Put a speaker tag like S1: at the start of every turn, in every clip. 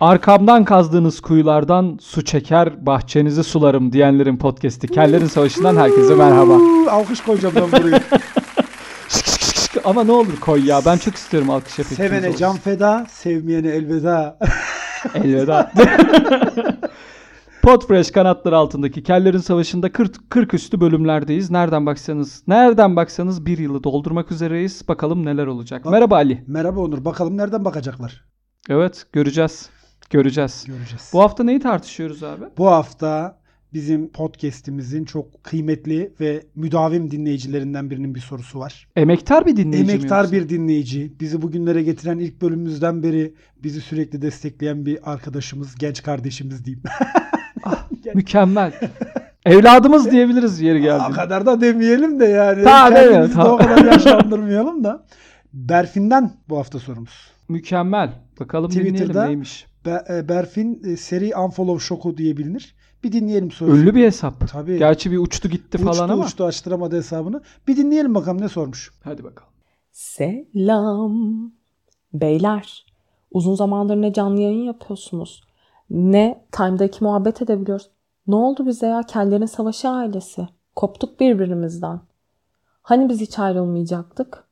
S1: Arkamdan kazdığınız kuyulardan su çeker, bahçenizi sularım diyenlerin podcast'i Kellerin Savaşı'ndan herkese merhaba.
S2: Uuu, Alkış koyacağım ben buraya.
S1: Şık şık şık şık. Ama ne olur koy ya. Ben çok istiyorum alkış efektimiz
S2: Sevene
S1: olsun.
S2: can feda, sevmeyene elveda.
S1: Elveda. Podfresh kanatları altındaki Kellerin Savaşı'nda 40, 40 üstü bölümlerdeyiz. Nereden baksanız, nereden baksanız bir yılı doldurmak üzereyiz. Bakalım neler olacak.
S2: Bak-
S1: Merhaba Ali.
S2: Merhaba Onur. Bakalım nereden bakacaklar?
S1: Evet, göreceğiz. Göreceğiz.
S2: Göreceğiz.
S1: Bu hafta neyi tartışıyoruz abi?
S2: Bu hafta bizim podcast'imizin çok kıymetli ve müdavim dinleyicilerinden birinin bir sorusu var.
S1: Emektar bir dinleyici mi
S2: Emektar
S1: yoksa?
S2: bir dinleyici. Bizi bugünlere getiren ilk bölümümüzden beri bizi sürekli destekleyen bir arkadaşımız, genç kardeşimiz diyeyim.
S1: Mükemmel. Evladımız diyebiliriz yeri
S2: O
S1: geldi.
S2: kadar da demeyelim de yani.
S1: Tamam,
S2: Kendimizi
S1: evet,
S2: de
S1: tamam.
S2: o kadar yaşlandırmayalım da. Berfin'den bu hafta sorumuz.
S1: Mükemmel. Bakalım dinleyelim
S2: Twitter'da-
S1: neymiş.
S2: Be- e, Berfin e, seri unfollow şoku diye bilinir. Bir dinleyelim soruyu.
S1: Ünlü bir hesap.
S2: Tabii.
S1: Gerçi bir uçtu gitti
S2: uçtu,
S1: falan ama.
S2: uçtu açtıramadı hesabını. Bir dinleyelim bakalım ne sormuş.
S1: Hadi bakalım.
S3: Selam. Beyler, uzun zamandır ne canlı yayın yapıyorsunuz, ne Time'daki muhabbet edebiliyoruz. Ne oldu bize ya kellerin savaşı ailesi? Koptuk birbirimizden. Hani biz hiç ayrılmayacaktık?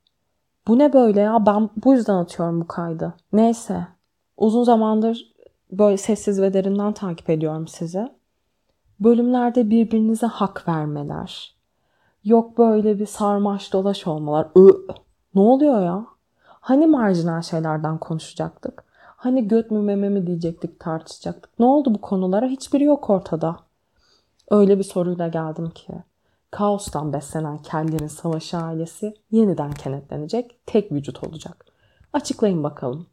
S3: Bu ne böyle ya? Ben bu yüzden atıyorum bu kaydı. Neyse. Uzun zamandır böyle sessiz ve derinden takip ediyorum sizi. Bölümlerde birbirinize hak vermeler. Yok böyle bir sarmaş dolaş olmalar. Iı. Ne oluyor ya? Hani marjinal şeylerden konuşacaktık? Hani göt mü meme mi diyecektik tartışacaktık? Ne oldu bu konulara? Hiçbiri yok ortada. Öyle bir soruyla geldim ki. Kaostan beslenen kellerin savaşı ailesi yeniden kenetlenecek, tek vücut olacak. Açıklayın bakalım.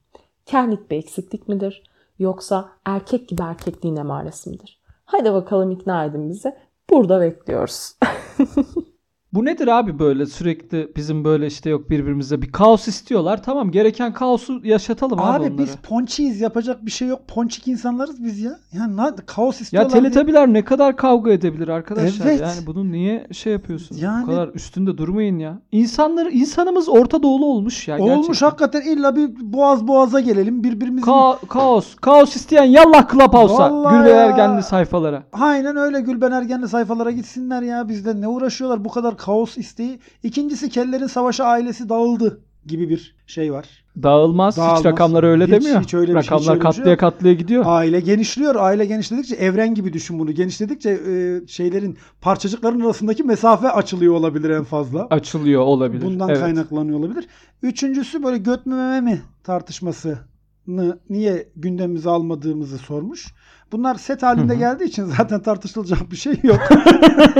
S3: Kellik bir eksiklik midir? Yoksa erkek gibi erkekliğin emaresi midir? Hadi bakalım ikna edin bizi. Burada bekliyoruz.
S1: Bu nedir abi böyle sürekli bizim böyle işte yok birbirimize bir kaos istiyorlar. Tamam gereken kaosu yaşatalım abi,
S2: Abi
S1: onlara.
S2: biz ponçiyiz yapacak bir şey yok. Ponçik insanlarız biz ya. Yani na- kaos
S1: ya
S2: istiyorlar. diye-
S1: teletabiler ne kadar kavga edebilir arkadaşlar?
S2: Evet.
S1: Yani bunu niye şey yapıyorsunuz?
S2: Yani-
S1: Bu kadar üstünde durmayın ya. İnsanlar insanımız Orta Doğulu olmuş ya
S2: Olmuş
S1: gerçekten.
S2: hakikaten illa bir boğaz boğaza gelelim. Birbirimizin
S1: Ka- kaos. Kaos isteyen yallah Clubhouse'a.
S2: Vallahi
S1: Gül ve
S2: ya.
S1: Ergenli sayfalara.
S2: Aynen öyle Gülben Ergen'le sayfalara gitsinler ya. Bizde ne uğraşıyorlar bu kadar kaos isteği. İkincisi kellerin savaşı ailesi dağıldı gibi bir şey var.
S1: Dağılmaz.
S2: Dağılmaz.
S1: Hiç rakamlar öyle
S2: Hiç-
S1: demiyor.
S2: hiç öyle bir şey, hiç
S1: rakamlar
S2: öyle bir şey
S1: katlaya
S2: yok.
S1: katlaya gidiyor.
S2: Aile genişliyor. Aile genişledikçe evren gibi düşün bunu. Genişledikçe e, şeylerin parçacıkların arasındaki mesafe açılıyor olabilir en fazla.
S1: Açılıyor olabilir.
S2: Bundan
S1: evet.
S2: kaynaklanıyor olabilir. Üçüncüsü böyle göt mü meme mi tartışmasını niye gündemimize almadığımızı sormuş. Bunlar set halinde
S1: Hı hı.
S2: geldiği için zaten tartışılacak bir şey yok.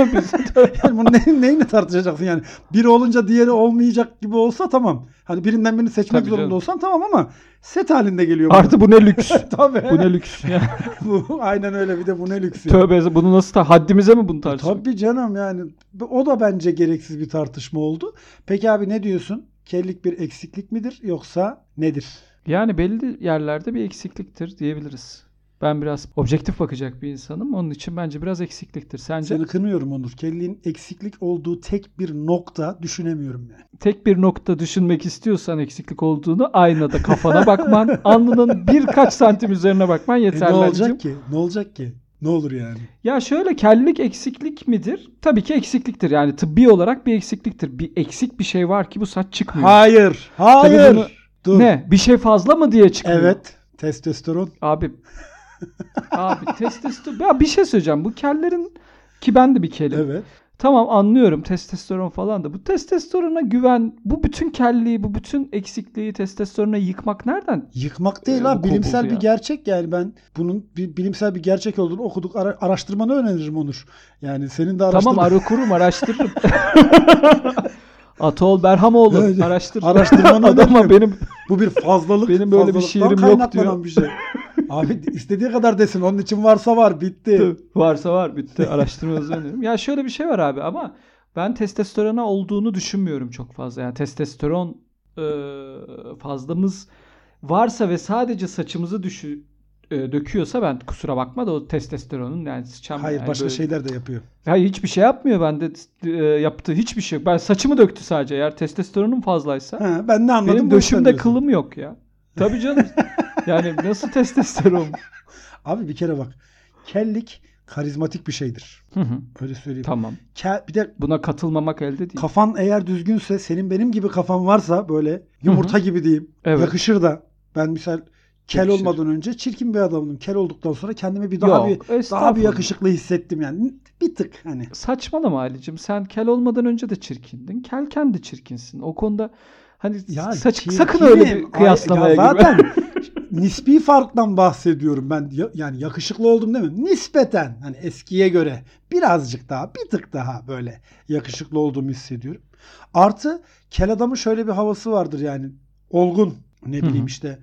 S2: yani bunu ne, neyini tartışacaksın yani? Biri olunca diğeri olmayacak gibi olsa tamam. Hani birinden birini seçmek
S1: Tabii
S2: zorunda
S1: canım.
S2: olsan tamam ama set halinde geliyor. bu.
S1: Artı bu ne lüks.
S2: Tabii.
S1: bu ne lüks. Ya.
S2: Bu- aynen öyle bir de bu ne lüks. ya.
S1: Tövbe bunu nasıl ta- haddimize mi bunu tartışmak?
S2: E, Tabii canım yani o da bence gereksiz bir tartışma oldu. Peki abi ne diyorsun? Kellik bir eksiklik midir yoksa nedir?
S1: Yani belli yerlerde bir eksikliktir diyebiliriz. Ben biraz objektif bakacak bir insanım. Onun için bence biraz eksikliktir. Sence
S2: Seni kınıyorum Onur. Kelliğin eksiklik olduğu tek bir nokta düşünemiyorum yani.
S1: tek bir nokta düşünmek istiyorsan eksiklik olduğunu aynada kafana bakman, alnının birkaç santim üzerine bakman
S2: E
S1: yeterli.
S2: ne
S1: Ali'cim.
S2: olacak ki? Ne olacak ki? Ne olur yani?
S1: Ya şöyle kellik eksiklik midir? Tabii ki eksikliktir. Yani tıbbi olarak bir eksikliktir. Bir eksik bir şey var ki bu saç çıkmıyor.
S2: Hayır. Hayır.
S1: bunu-
S2: Dur.
S1: Ne? Bir şey fazla mı diye çıkmıyor?
S2: Evet. Testosteron.
S1: Abi. abi testosteron. Ya bir şey söyleyeceğim. Bu kellerin ki ben de bir kelim.
S2: Evet.
S1: Tamam anlıyorum testosteron falan da. Bu testosterona güven, bu bütün kelliği, bu bütün eksikliği testosterona yıkmak nereden?
S2: Yıkmak değil
S1: Ee, bu
S2: abi. Bilimsel
S1: kovuldu
S2: bir
S1: ya.
S2: gerçek yani ben bunun bir, bilimsel bir gerçek olduğunu okuduk. Ara- araştırmanı öneririm Onur. Yani senin de araştırma.
S1: Tamam arıkurum araştırırım. Atol Berhamoğlu
S2: Evet.
S1: araştır.
S2: Araştırmanı
S1: Adama
S2: öneririm.
S1: benim
S2: Bu bir fazlalık.
S1: Benim böyle bir
S2: fazlalıktan
S1: şiirim yok
S2: kaynaklanan
S1: diyor.
S2: Bir şey. Abi istediği kadar desin. Onun için varsa var. Bitti.
S1: varsa var bitti araştırmanızı öneririm. Ya şöyle bir şey var abi ama ben testosterona olduğunu düşünmüyorum çok fazla. Yani testosteron e, fazlamız varsa ve sadece saçımızı düşü e, döküyorsa ben kusura bakma da o testosteronun yani sıçan
S2: Hayır
S1: yani
S2: başka şey-
S1: böyle-
S2: şeyler de yapıyor.
S1: Hayır hiçbir şey yapmıyor bende e, yaptığı hiçbir şey yok. Ben saçımı döktü sadece eğer testosteronum fazlaysa.
S2: Ha, ben ne anladım?
S1: Benim
S2: bu işten
S1: döşümde
S2: diyorsun.
S1: kılım yok ya. Tabii canım. Yani nasıl testosteron?
S2: Abi bir kere bak. Kellik karizmatik bir şeydir.
S1: Hı hı,
S2: Öyle söyleyeyim.
S1: tamam.
S2: Kel, bir de
S1: Buna katılmamak elde değil.
S2: kafan eğer düzgünse senin benim gibi kafan varsa böyle yumurta gibi diyeyim.
S1: Evet.
S2: Yakışır da. Ben misal kel
S1: Yakışır.
S2: olmadan önce çirkin bir adamdım. Kel olduktan sonra kendimi bir daha bir daha bir
S1: estağfurullah.
S2: yakışıklı hissettim yani. Bir tık hani.
S1: Saçmalama Ali'cim. Sen kel olmadan önce de çirkindin. Kelken de çirkinsin. O konuda hani saç,
S2: çirkinim.
S1: sakın öyle
S2: Ay- ya
S1: bir kıyaslamaya girme.
S2: zaten nispi farktan bahsediyorum ben. Ya- Yani yakışıklı oldum değil mi? Nispeten hani eskiye göre birazcık daha bir tık daha böyle yakışıklı olduğumu hissediyorum. Artı kel adamın şöyle bir havası vardır yani. Olgun ne
S1: Hı
S2: bileyim
S1: hı.
S2: işte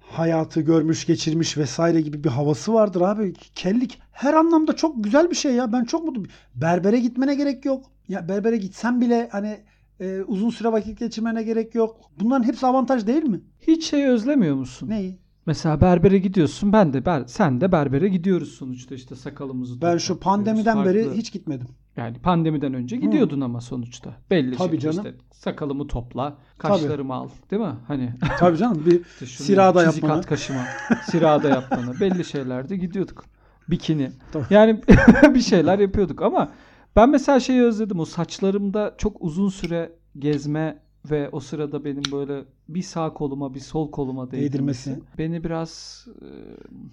S2: hayatı görmüş geçirmiş vesaire gibi bir havası vardır abi. Kellik her anlamda çok güzel bir şey ya. Ben çok mutluyum. Berbere gitmene gerek yok. Ya berbere gitsen bile hani e, uzun süre vakit geçirmene gerek yok. Bunların hepsi avantaj değil mi?
S1: Hiç şey özlemiyor musun?
S2: Neyi?
S1: Mesela berbere gidiyorsun. Ben de ber sen de berbere gidiyoruz sonuçta işte sakalımızı
S2: Ben
S1: topraklıyoruz.
S2: şu pandemiden beri
S1: Farklı-
S2: hiç gitmedim.
S1: yani pandemiden önce gidiyordun ama sonuçta. Belli şimdi
S2: Tabii canım.
S1: işte sakalımı topla, kaşlarımı al, değil mi? Hani
S2: Tabii canım bir
S1: işte şunu
S2: Sirada
S1: çizik
S2: yapmanı.
S1: at kaşıma, sirada yapmanı. Belli şeylerde gidiyorduk. Bikini.
S2: Tabii.
S1: Yani bir şeyler yapıyorduk ama ben mesela şeyi özledim. O saçlarımda çok uzun süre gezme ve o sırada benim böyle bir sağ koluma bir sol koluma
S2: Değdirmesi.
S1: değdirmesi. Beni biraz e,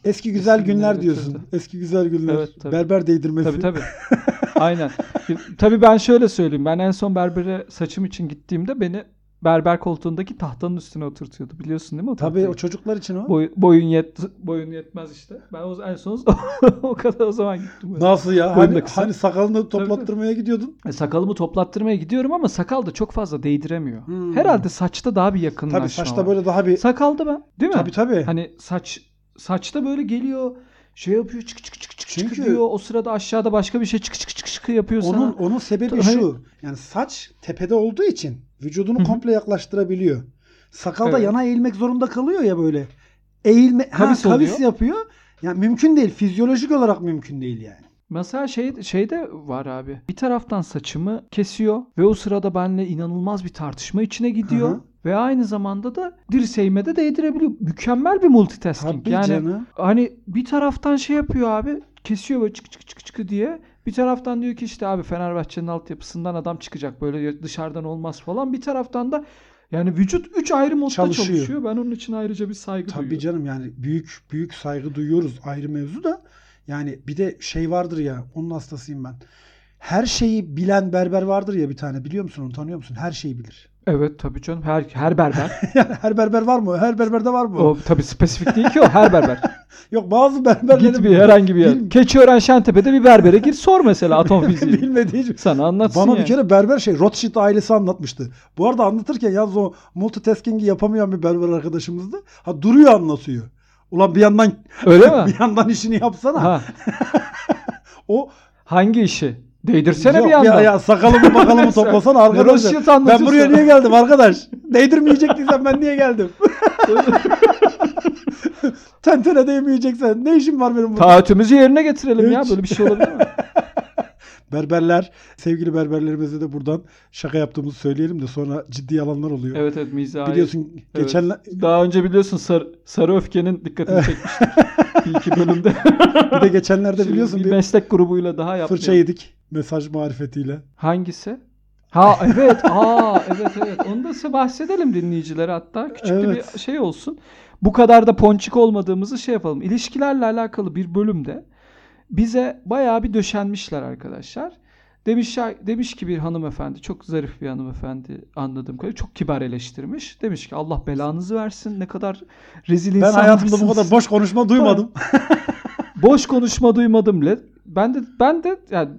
S2: eski güzel
S1: Eski
S2: günler
S1: günleri
S2: diyorsun.
S1: götürdü.
S2: Eski güzel günler.
S1: Evet, tabii.
S2: Berber değdirmesi.
S1: Tabii tabii. Aynen. Tabii ben şöyle söyleyeyim. Ben en son berbere saçım için gittiğimde beni berber koltuğundaki tahtanın üstüne oturtuyordu. Biliyorsun değil mi o
S2: Tabii
S1: tahtayı?
S2: o çocuklar için o.
S1: Boy- boyun yet boyun yetmez işte. Ben o en son o kadar o zaman gittim. böyle.
S2: Nasıl ya?
S1: Boyun
S2: Hani,
S1: da kısa.
S2: hani sakalını
S1: tabii.
S2: toplattırmaya gidiyordun.
S1: E, sakalımı toplattırmaya gidiyorum ama sakal da çok fazla değdiremiyor.
S2: Hmm.
S1: Herhalde saçta daha bir yakınlaşma
S2: Tabii saçta
S1: var.
S2: böyle daha bir
S1: Sakalda ben, değil mi?
S2: Tabii tabii.
S1: Hani saç saçta böyle geliyor şey yapıyor çık çık çık çık çık
S2: Çünkü-
S1: diyor. O sırada aşağıda başka bir şey çık çık çık çık yapıyor sana.
S2: Onun onun sebebi
S1: Tabii.
S2: şu. Yani saç tepede olduğu için vücudunu
S1: Hı hı.
S2: komple yaklaştırabiliyor. Sakalda
S1: Evet.
S2: yana eğilmek zorunda kalıyor ya böyle. Eğilme kavis,
S1: Kavis
S2: ha,
S1: oluyor.
S2: kavis yapıyor. Yani mümkün değil. Fizyolojik olarak mümkün değil yani.
S1: Mesela şey, şey de var abi. Bir taraftan saçımı kesiyor ve o sırada benle inanılmaz bir tartışma içine gidiyor.
S2: Hı hı.
S1: Ve aynı zamanda da dirseğime de değdirebiliyor. Mükemmel bir multitasking.
S2: Tabii
S1: yani
S2: canım.
S1: hani bir taraftan şey yapıyor abi. Kesiyor böyle çık çık çık çık diye. Bir taraftan diyor ki işte abi Fenerbahçe'nin altyapısından adam çıkacak böyle dışarıdan olmaz falan. Bir taraftan da yani vücut 3 ayrı modda
S2: Çalışıyor.
S1: çalışıyor. Ben onun için ayrıca bir saygı
S2: Tabii
S1: duyuyorum.
S2: canım yani büyük büyük saygı duyuyoruz ayrı mevzu da. Yani bir de şey vardır ya onun hastasıyım ben. Her şeyi bilen berber vardır ya bir tane biliyor musun onu tanıyor musun? Her şeyi bilir.
S1: Evet tabii canım. Her, her berber.
S2: Yani her berber var mı? Her berberde var mı?
S1: o tabii spesifik değil ki o her berber.
S2: Yok bazı berberlerin
S1: Git bir herhangi bir
S2: Bil-
S1: yer. Keçiören Şentepe'de bir berbere gir sor mesela atom fiziği.
S2: bilmediği için-
S1: Sana anlatsın
S2: Bana
S1: ya.
S2: bir kere berber şey Rothschild ailesi anlatmıştı. Bu arada anlatırken yalnız o multitasking'i yapamayan bir berber arkadaşımızdı. Ha duruyor anlatıyor. Ulan bir yandan
S1: Öyle mi?
S2: bir yandan işini yapsana.
S1: ha,
S2: O
S1: hangi işi? Değdirsene
S2: Yok,
S1: bir yandan.
S2: Ya, ya sakalımı bakalımı toplasana arkadaşlar.
S1: Rothschild
S2: Ben
S1: anlatıyorsun.
S2: buraya niye geldim arkadaş? Değdirmeyecek değilsen ben niye geldim? Tentene değmeyeceksen ne işim var benim burada?
S1: Taahhütümüzü yerine getirelim ya.
S2: Üç.
S1: Böyle bir şey olabilir mi?
S2: Berberler, sevgili berberlerimize de buradan şaka yaptığımızı söyleyelim de sonra ciddi yalanlar oluyor.
S1: evet evet mizahi.
S2: Biliyorsun
S1: Evet.
S2: geçen
S1: Daha önce biliyorsun sarı, sarı öfkenin dikkatini çekmiştik. bir iki bölümde.
S2: bir de geçenlerde
S1: Şimdi
S2: biliyorsun
S1: bir,
S2: bir
S1: meslek grubuyla daha yaptık.
S2: fırça yedik mesaj marifetiyle.
S1: Hangisi? Ha evet. Aa evet evet. Onu da bahsedelim dinleyicilere hatta. Küçük de
S2: Evet.
S1: bir şey olsun. Bu kadar da ponçik olmadığımızı şey yapalım. İlişkilerle alakalı bir bölümde bize bayağı bir döşenmişler arkadaşlar. Demiş, demiş ki bir hanımefendi, çok zarif bir hanımefendi anladığım kadarıyla çok kibar eleştirmiş. Demiş ki Allah belanızı versin ne kadar rezil
S2: Ben
S1: insanlarsınız.
S2: hayatımda bu kadar boş konuşma duymadım.
S1: Boş konuşma duymadım le. Ben de ben de yani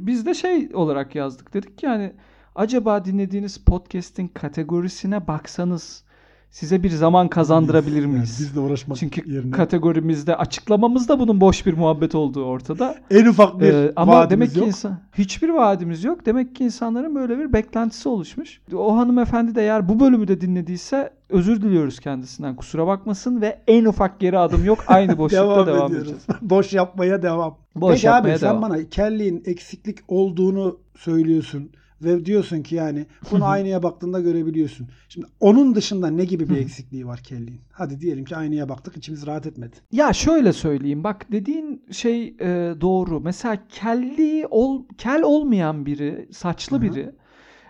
S1: biz de şey olarak yazdık dedik ki yani acaba dinlediğiniz podcast'in kategorisine baksanız size bir zaman kazandırabilir
S2: Yani
S1: miyiz?
S2: bizle uğraşmak
S1: Çünkü
S2: yerine.
S1: kategorimizde açıklamamızda bunun boş bir muhabbet olduğu ortada.
S2: en ufak bir
S1: Ee, ama
S2: vaadimiz
S1: demek ki
S2: yok.
S1: insan hiçbir vaadimiz yok. Demek ki insanların böyle bir beklentisi oluşmuş. O hanımefendi de eğer bu bölümü de dinlediyse özür diliyoruz kendisinden. Kusura bakmasın ve en ufak geri adım yok. Aynı boşlukta devam, edeceğiz.
S2: Boş yapmaya devam.
S1: Boş
S2: Peki
S1: yapmaya
S2: abi sen
S1: devam.
S2: bana kelliğin eksiklik olduğunu söylüyorsun. ve diyorsun ki yani bunu aynaya baktığında görebiliyorsun. Şimdi onun dışında ne gibi bir eksikliği var kelliğin? Hadi diyelim ki aynaya baktık içimiz rahat etmedi.
S1: Ya şöyle söyleyeyim bak dediğin şey e, doğru. Mesela kelli ol, kel olmayan biri, saçlı
S2: Hı hı.
S1: biri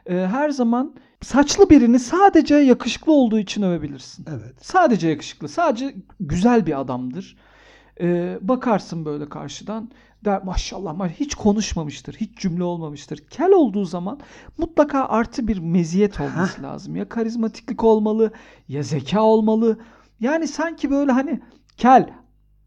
S1: e, her zaman saçlı birini sadece yakışıklı olduğu için övebilirsin.
S2: Evet.
S1: Sadece yakışıklı, sadece güzel bir adamdır. Ee, bakarsın böyle karşıdan der maşallah ma- hiç konuşmamıştır, hiç cümle olmamıştır. Kel olduğu zaman mutlaka artı bir meziyet olması lazım. Ya karizmatiklik olmalı, ya zeka olmalı. Yani sanki böyle hani kel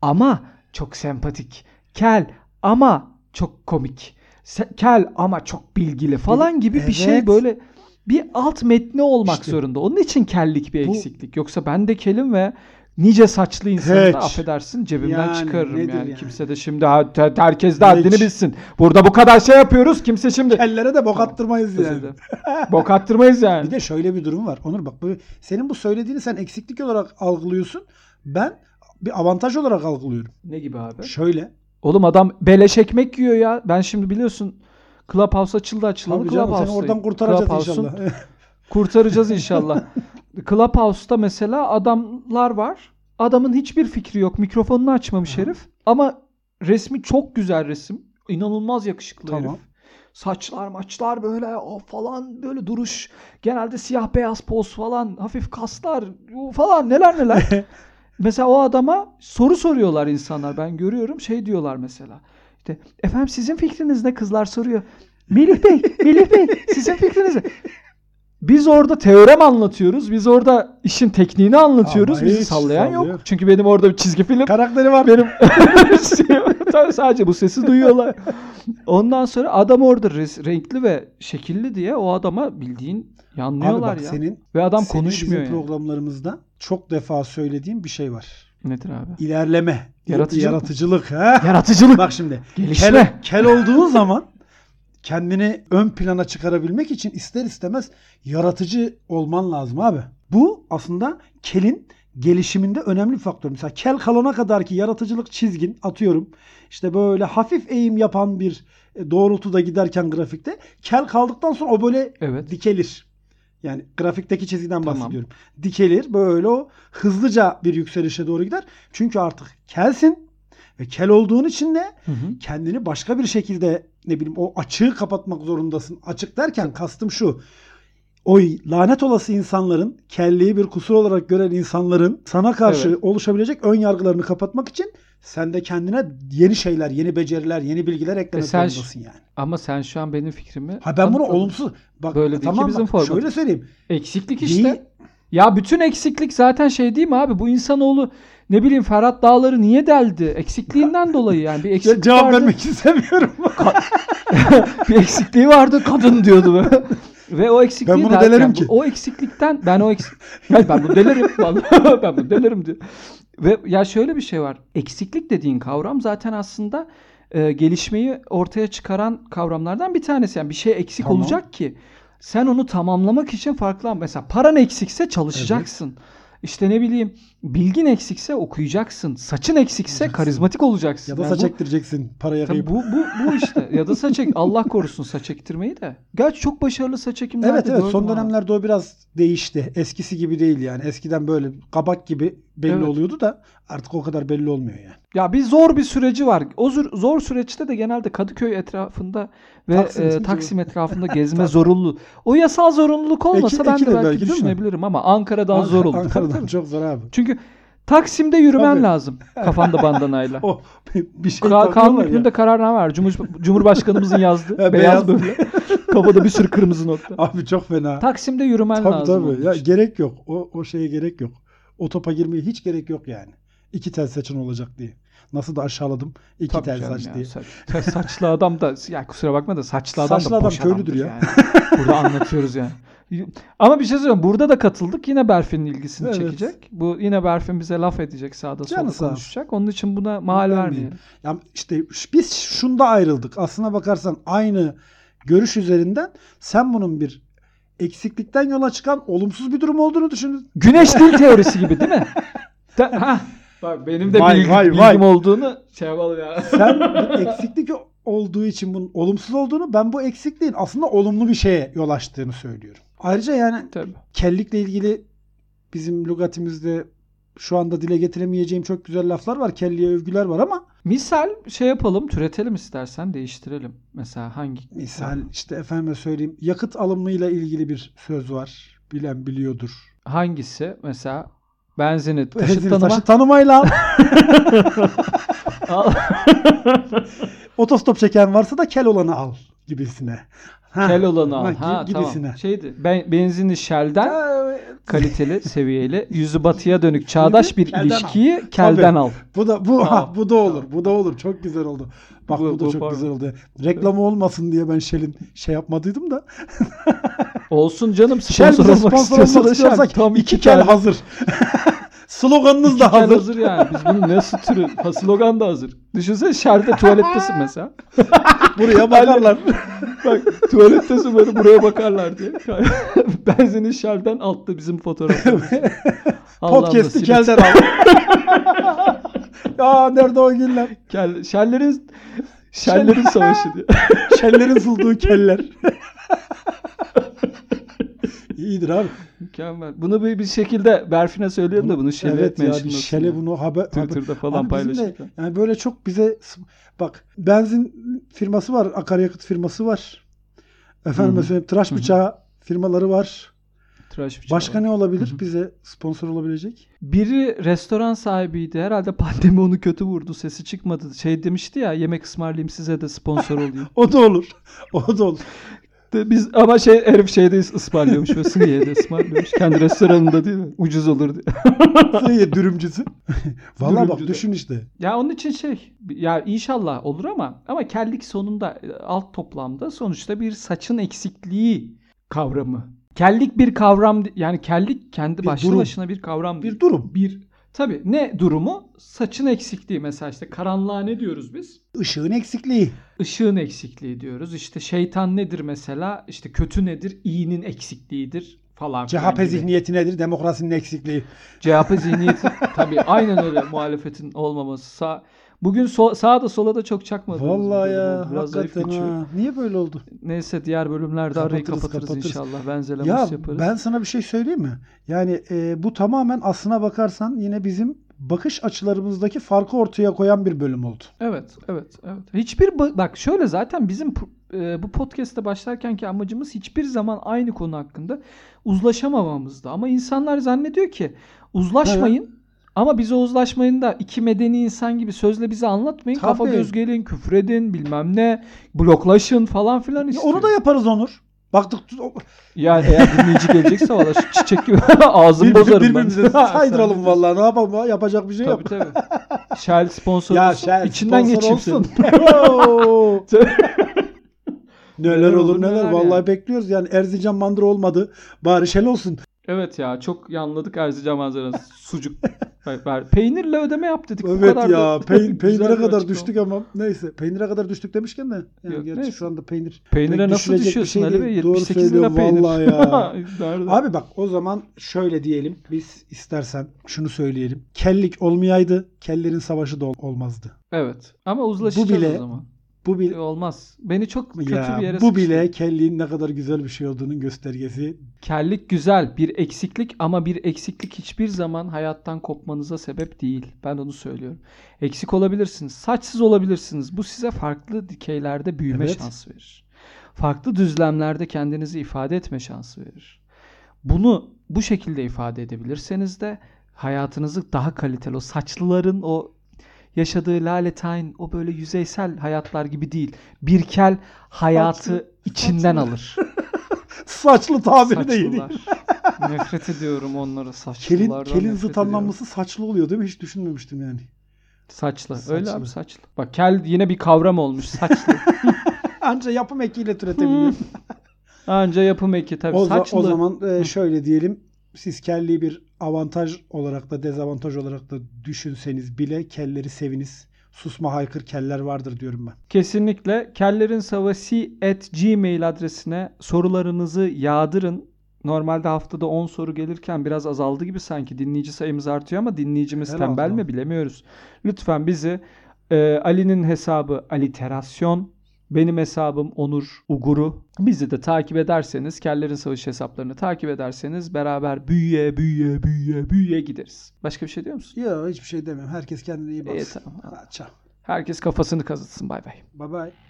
S1: ama çok sempatik, kel ama çok komik, se- kel ama çok bilgili falan gibi bir şey
S2: Evet.
S1: böyle bir alt metni olmak
S2: İşte.
S1: zorunda. Onun için kellik bir
S2: Bu-
S1: eksiklik. Yoksa ben de kelim ve nice saçlı insanı
S2: Hiç.
S1: da affedersin cebimden
S2: Yani
S1: çıkarırım
S2: nedir
S1: yani.
S2: yani?
S1: Kimse de şimdi ha, te- herkes de haddini
S2: Hiç.
S1: bilsin. Burada bu kadar şey yapıyoruz. Kimse şimdi
S2: Kellere de bok
S1: Tamam.
S2: attırmayız
S1: Özür
S2: yani.
S1: dilerim. bok attırmayız yani.
S2: Bir de şöyle bir durum var. Onur bak böyle senin bu söylediğini sen eksiklik olarak algılıyorsun. Ben bir avantaj olarak algılıyorum.
S1: Ne gibi abi?
S2: Şöyle.
S1: Oğlum adam beleş ekmek yiyor ya. Ben şimdi biliyorsun Clubhouse açıldı açıldı.
S2: Tabii canım, seni
S1: Clubhouse'dayım.
S2: oradan kurtaracağız
S1: Clubhouse'un
S2: inşallah.
S1: Kurtaracağız inşallah. Clubhouse'da mesela adamlar var. Adamın hiçbir fikri yok. Mikrofonunu açmamış
S2: Aha.
S1: herif. Ama resmi çok güzel resim. İnanılmaz yakışıklı
S2: Tamam.
S1: herif. Saçlar maçlar böyle o falan böyle duruş. Genelde siyah beyaz poz falan. Hafif kaslar o falan neler neler. mesela o adama soru soruyorlar insanlar. Ben görüyorum şey diyorlar mesela. İşte efendim sizin fikriniz ne kızlar soruyor. Melih Bey, Melih Bey sizin fikriniz ne? Biz orada teorem anlatıyoruz. Biz orada işin tekniğini anlatıyoruz.
S2: Ama
S1: Bizi
S2: hiç
S1: sallayan
S2: sallıyor.
S1: yok. Çünkü benim orada bir çizgi film
S2: Karakteri var.
S1: benim Tabii sadece bu sesi duyuyorlar. Ondan sonra adam orada res- renkli ve şekilli diye o adama bildiğin
S2: Abi
S1: yanlıyorlar
S2: bak
S1: ya.
S2: senin
S1: ve adam
S2: senin
S1: konuşmuyor
S2: bizim
S1: yani.
S2: programlarımızda çok defa söylediğim bir şey var.
S1: Nedir abi?
S2: İlerleme.
S1: Yaratıcılık mı?
S2: Yaratıcılık. Ha?
S1: Yaratıcılık,
S2: Bak şimdi.
S1: gelişme.
S2: Kel, kel olduğu zaman kendini ön plana çıkarabilmek için ister istemez yaratıcı olman lazım abi. Bu aslında kelin gelişiminde önemli bir faktör. Mesela kel kalana kadar ki yaratıcılık çizgin atıyorum. İşte böyle hafif eğim yapan bir e, doğrultuda giderken grafikte kel kaldıktan sonra o böyle
S1: Evet.
S2: dikelir. Yani grafikteki çizgiden
S1: Tamam.
S2: bahsediyorum. Dikelir böyle o hızlıca bir yükselişe doğru gider. Çünkü artık kelsin ve kel olduğun için de
S1: Hı hı.
S2: kendini başka bir şekilde ne bileyim o açığı kapatmak zorundasın. Açık derken kastım şu. O lanet olası insanların kelliği bir kusur olarak gören insanların sana karşı
S1: Evet.
S2: oluşabilecek ön yargılarını kapatmak için sen de kendine yeni şeyler, yeni beceriler, yeni bilgiler eklemek
S1: E sen-
S2: zorundasın yani.
S1: Ama sen şu an benim fikrimi
S2: Ha ben bunu
S1: tanıtmadın.
S2: olumsuz bak
S1: Böyle değil ki
S2: tamam
S1: bizim
S2: bak,
S1: format.
S2: şöyle söyleyeyim.
S1: Eksiklik
S2: Değil-
S1: işte. Ya bütün eksiklik zaten şey değil mi abi? Bu insanoğlu ne bileyim Ferhat Dağları niye deldi? Eksikliğinden dolayı yani bir
S2: Ya
S1: eksiklik
S2: cevap
S1: vardı.
S2: vermek istemiyorum.
S1: bir eksikliği vardı kadın diyordu böyle. Ve o eksikliği
S2: Ben bunu
S1: derken
S2: delerim
S1: bu-
S2: ki.
S1: O eksiklikten ben o eksik... Ya ben bunu delerim. vallahi ben bunu delerim diyor. Ve ya şöyle bir şey var. Eksiklik dediğin kavram zaten aslında e, gelişmeyi ortaya çıkaran kavramlardan bir tanesi. Yani bir şey eksik
S2: Tamam.
S1: olacak ki sen onu tamamlamak için farklı mesela paran eksikse çalışacaksın. İşte ne bileyim bilgin eksikse okuyacaksın. Saçın eksikse
S2: Olacaksın.
S1: karizmatik olacaksın.
S2: ya da
S1: Yani
S2: saç
S1: bu-
S2: ektireceksin paraya
S1: Tabii
S2: kıyıp.
S1: bu, bu, bu işte. Ya da saç ek. Allah korusun saç ektirmeyi de. Gerçi çok başarılı saç ekimler
S2: Evet
S1: de
S2: evet
S1: gördüm
S2: son
S1: ha.
S2: dönemlerde o biraz değişti. Eskisi gibi değil yani. Eskiden böyle kabak gibi belli
S1: Evet.
S2: oluyordu da artık o kadar belli olmuyor yani.
S1: Ya bir zor bir süreci var. O zor, zor süreçte de genelde Kadıköy etrafında ve e,
S2: Taksim
S1: Taksim,
S2: için
S1: etrafında gezme zorunlu. O yasal zorunluluk olmasa
S2: Eki-
S1: ben
S2: Ekine
S1: de belki
S2: belki değil mi?
S1: düşünebilirim ama Ankara'dan
S2: An-
S1: zor oldu.
S2: Ankara'dan çok zor abi.
S1: Çünkü Taksim'de yürümen
S2: Tabii.
S1: lazım kafanda bandanayla.
S2: O bir şey
S1: Ka- kanun
S2: takıyorlar ya.
S1: hükmünde kararname var. Cumhur- Cumhurbaşkanımızın yazdığı
S2: Ha,
S1: beyaz,
S2: beyaz.
S1: böyle. Kafada bir sürü kırmızı nokta.
S2: Abi çok fena.
S1: Taksim'de yürümen
S2: tabii
S1: lazım.
S2: tabii.
S1: onun
S2: Ya
S1: için.
S2: gerek yok. O o şeye gerek yok. O topa girmeye hiç gerek yok yani. İki tel saçın olacak diye. Nasıl da aşağıladım. İki
S1: Tabii
S2: tel
S1: canım
S2: saç
S1: ya,
S2: diye.
S1: saç- ya saçlı adam da ya kusura bakma da saçlı adam
S2: Saçlı
S1: da
S2: adam
S1: boş adamdır
S2: köylüdür ya.
S1: Yani. Burada anlatıyoruz yani. Ama bir şey söyleyeyim. Burada da katıldık. Yine Berfin'in ilgisini
S2: Evet.
S1: çekecek. Bu yine Berfin bize laf edecek sağda
S2: Canı
S1: solda
S2: sağ olsun.
S1: konuşacak. Onun için buna mal
S2: Vermeyelim.
S1: vermeyelim.
S2: Ya işte ş- biz şunda ayrıldık. Aslına bakarsan aynı görüş üzerinden sen bunun bir eksiklikten yola çıkan olumsuz bir durum olduğunu düşündün.
S1: Güneş dil teorisi gibi değil mi? Te- ha. Bak benim de
S2: Vay,
S1: bilgi-
S2: vay,
S1: bilgim
S2: vay.
S1: olduğunu şey yapalım ya.
S2: Sen bir eksiklik olduğu için bunun olumsuz olduğunu ben bu eksikliğin aslında olumlu bir şeye yol açtığını söylüyorum. Ayrıca yani
S1: Tabii.
S2: kellikle ilgili bizim lügatimizde şu anda dile getiremeyeceğim çok güzel laflar var. Kelliye övgüler var ama
S1: Misal şey yapalım, türetelim istersen değiştirelim. Mesela hangi?
S2: misal işte efendime söyleyeyim yakıt alımıyla ilgili bir söz var. Bilen biliyordur.
S1: Hangisi? Mesela benzini taşı
S2: Taşı,
S1: tanıma.
S2: taşı tanımayla
S1: Al.
S2: otostop çeken varsa da kel olanı al gibisine. Ha,
S1: Kel olanı al.
S2: gi-
S1: Ha,
S2: gibisine.
S1: tamam. Şeydi. Ben, benzinli Shell'den
S2: Ha,
S1: kaliteli seviyeli yüzü batıya dönük çağdaş bir
S2: Kelden al.
S1: ilişkiyi kelden al.
S2: Bu da bu
S1: Tamam.
S2: ha, bu da olur. Bu da olur. Çok güzel oldu. Bak bu,
S1: Bu-
S2: da
S1: bu
S2: çok
S1: pardon.
S2: güzel oldu. Reklamı olmasın diye ben Shell'in şey yapmadıydım da.
S1: Olsun canım
S2: Shell
S1: sponsor
S2: bize
S1: olmak
S2: sponsor
S1: istiyorsa
S2: olmak
S1: da Shell.
S2: istiyorsak
S1: Tam
S2: iki kel
S1: tane
S2: hazır. Sloganınız da
S1: kel hazır.
S2: hazır.
S1: yani. Biz bunu nasıl türü? Ha, slogan da hazır. Düşünsene Shell'de tuvalettesin mesela.
S2: Buraya bakarlar.
S1: Bak tuvalettesin böyle buraya bakarlar diye. Benzinin Shell'den altta bizim fotoğrafımız. Allah'ım
S2: Podcast'i
S1: nasip
S2: kelden al. Aa nerede o günler?
S1: Kel, şerlerin şerlerin savaşı diye.
S2: Kellerin sulduğu keller. İyidir abi.
S1: Mükemmel. Bunu bir, bir şekilde Berfin'e söylüyorum da bunu şele
S2: evet ya bir
S1: mentionlasın
S2: şele
S1: ya.
S2: bunu haber, haber
S1: Twitter'da falan
S2: Abi bizim de
S1: paylaşıp. da.
S2: yani böyle çok bize bak benzin firması var, akaryakıt firması var. Efendim
S1: Hı hı.
S2: söyleyeyim tıraş
S1: Hı hı.
S2: bıçağı firmaları var.
S1: Tıraş bıçağı
S2: Başka
S1: var.
S2: ne olabilir
S1: Hı hı.
S2: bize sponsor olabilecek?
S1: Biri restoran sahibiydi. Herhalde pandemi onu kötü vurdu. Sesi çıkmadı. Şey demişti ya yemek ısmarlayayım size de sponsor olayım.
S2: O da olur. O da olur.
S1: De Biz ama şey herif şeyde ısmarlıyormuş. Böyle Suriye'de ısmarlıyormuş. Kendi restoranında değil mi? Ucuz olur diye.
S2: Suriye dürümcüsü. Vallahi bak
S1: Dürümcü de.
S2: düşün işte.
S1: Ya onun için şey ya inşallah olur ama ama kellik sonunda e, alt toplamda sonuçta bir saçın eksikliği kavramı. Kellik bir kavram de- yani kellik kendi
S2: Bir
S1: başlı
S2: durum.
S1: başına bir kavram değil.
S2: Bir durum.
S1: bir tabi ne durumu? Saçın eksikliği mesela işte karanlığa ne diyoruz biz?
S2: Işığın eksikliği.
S1: Işığın eksikliği diyoruz. İşte şeytan nedir mesela? İşte kötü nedir? İyinin eksikliğidir falan. filan
S2: CHP
S1: gibi.
S2: zihniyeti nedir? Demokrasinin eksikliği.
S1: CHP zihniyeti tabii aynen öyle muhalefetin olmaması. Sağ, bugün so- sağa da sola da çok çakmadı.
S2: Vallahi ya
S1: Biraz zayıf
S2: hakikaten
S1: geçiyor.
S2: ha. Niye böyle oldu?
S1: Neyse diğer bölümlerde arayı
S2: Kapatırız,
S1: kapatırız,
S2: kapatırız.
S1: inşallah. Benzelemez
S2: Ya
S1: yaparız.
S2: ben sana bir şey söyleyeyim mi? Yani e, bu tamamen aslına bakarsan yine bizim bakış açılarımızdaki farkı ortaya koyan bir bölüm oldu.
S1: Evet, evet, evet. Hiçbir ba- bak şöyle zaten bizim p- e, bu podcast'te başlarkenki amacımız hiçbir zaman aynı konu hakkında uzlaşamamamızdı. Ama insanlar zannediyor ki uzlaşmayın ama bize uzlaşmayın da iki medeni insan gibi sözle bize anlatmayın. Kafa
S2: Tabii.
S1: göz gelin, küfredin, bilmem ne, bloklaşın falan filan
S2: Ya
S1: istiyor.
S2: onu da yaparız Onur. Baktık tu- o-
S1: yani eğer dinleyici gelecekse valla şu çiçek gibi
S2: bir-
S1: ağzımı bozarım ben.
S2: birbirimize saydıralım
S1: Sen-
S2: vallahi ne yapalım yapacak bir şey
S1: Tabii
S2: yok.
S1: tabii. Shell sponsor
S2: Ya
S1: olsun.
S2: Shell
S1: İçinden
S2: sponsor
S1: geçirsin.
S2: olsun. Neler olur neler,
S1: neler
S2: vallahi
S1: yani.
S2: bekliyoruz yani Erzincan mandıra olmadı bari şel olsun.
S1: Evet ya çok yanladık Erzincan manzarası. Sucuk. Hayır, ver- Peynirle ödeme yap dedik. Bu
S2: Evet
S1: kadar
S2: ya
S1: da-
S2: peyn-
S1: Güzel
S2: peynire
S1: bir
S2: kadar
S1: açıklama.
S2: düştük ama neyse peynire kadar düştük demişken de yani
S1: Yok,
S2: gerçi
S1: neyse.
S2: şu anda peynir
S1: Peynire
S2: pek
S1: nasıl
S2: düşülecek bir
S1: düşüyorsun
S2: şey
S1: Ali Bey?
S2: değil. Doğru
S1: 78 lira
S2: söylüyorum,
S1: peynir.
S2: vallahi ya.
S1: Nerede?
S2: Abi bak o zaman şöyle diyelim. Biz istersen şunu söyleyelim. Kellik olmayaydı kellerin savaşı da ol- olmazdı.
S1: Evet. Ama uzlaşacağız
S2: Bu bile-
S1: o zaman.
S2: Bu bile
S1: E, Olmaz. Beni çok kötü
S2: ya,
S1: bir yere
S2: bu
S1: sıkıştı.
S2: bile kelliğin ne kadar güzel bir şey olduğunun göstergesi.
S1: Kellik güzel. Bir eksiklik ama bir eksiklik hiçbir zaman hayattan kopmanıza sebep değil. Ben onu söylüyorum. Eksik olabilirsiniz. Saçsız olabilirsiniz. Bu size farklı dikeylerde büyüme
S2: Evet.
S1: şansı verir. Farklı düzlemlerde kendinizi ifade etme şansı verir. Bunu bu şekilde ifade edebilirseniz de hayatınızı daha kaliteli. O saçlıların o yaşadığı laletain o böyle yüzeysel hayatlar gibi değil. Birkel hayatı
S2: Saçlı-
S1: içinden
S2: saçlı.
S1: alır.
S2: Saçlı tabiri de yedik.
S1: Saçlılar. nefret ediyorum onlara saçlılardan.
S2: Kelin, kelin
S1: nefret
S2: zıt
S1: ediyorum.
S2: anlamlısı saçlı oluyor değil mi? Hiç düşünmemiştim yani.
S1: Saçlı.
S2: Saçlı.
S1: Öyle abi saçlı. Bak kel yine bir kavram olmuş saçlı.
S2: Anca yapım ekiyle türetebiliyorum.
S1: Anca yapım eki Hmm. tabii
S2: o, za-
S1: saçlı.
S2: o zaman e, şöyle diyelim. Siz kelliyi bir avantaj olarak da dezavantaj olarak da düşünseniz bile kelleri seviniz. Susma haykır keller vardır diyorum ben.
S1: Kesinlikle kellerin savaşı at gmail adresine sorularınızı yağdırın. Normalde haftada 10 soru gelirken biraz azaldı gibi sanki. Dinleyici sayımız artıyor ama dinleyicimiz
S2: Herhalde
S1: tembel
S2: o.
S1: mi bilemiyoruz. Lütfen bizi e, Ali'nin hesabı aliterasyon Benim hesabım Onur Uguru. Bizi de takip ederseniz, Kellerin Savaşı hesaplarını takip ederseniz beraber büyüye büyüye büyüye büyüye gideriz. Başka bir şey diyor musun?
S2: Yok hiçbir şey demiyorum. Herkes kendine iyi baksın.
S1: tamam.
S2: Aça.
S1: Herkes kafasını kazıtsın bay bay.
S2: Bye bye.